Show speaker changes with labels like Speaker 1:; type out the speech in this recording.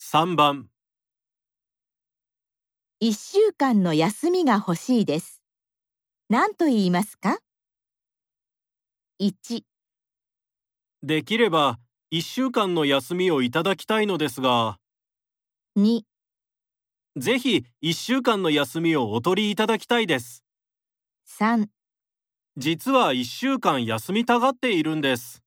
Speaker 1: 3番
Speaker 2: 一週間の休みが欲しいです。何と言いますか ?1、
Speaker 1: できれば1週間の休みをいただきたいのですが
Speaker 2: 2、
Speaker 1: ぜひ1週間の休みをお取りいただきたいです
Speaker 2: 3
Speaker 1: 実は1週間休みたがっているんです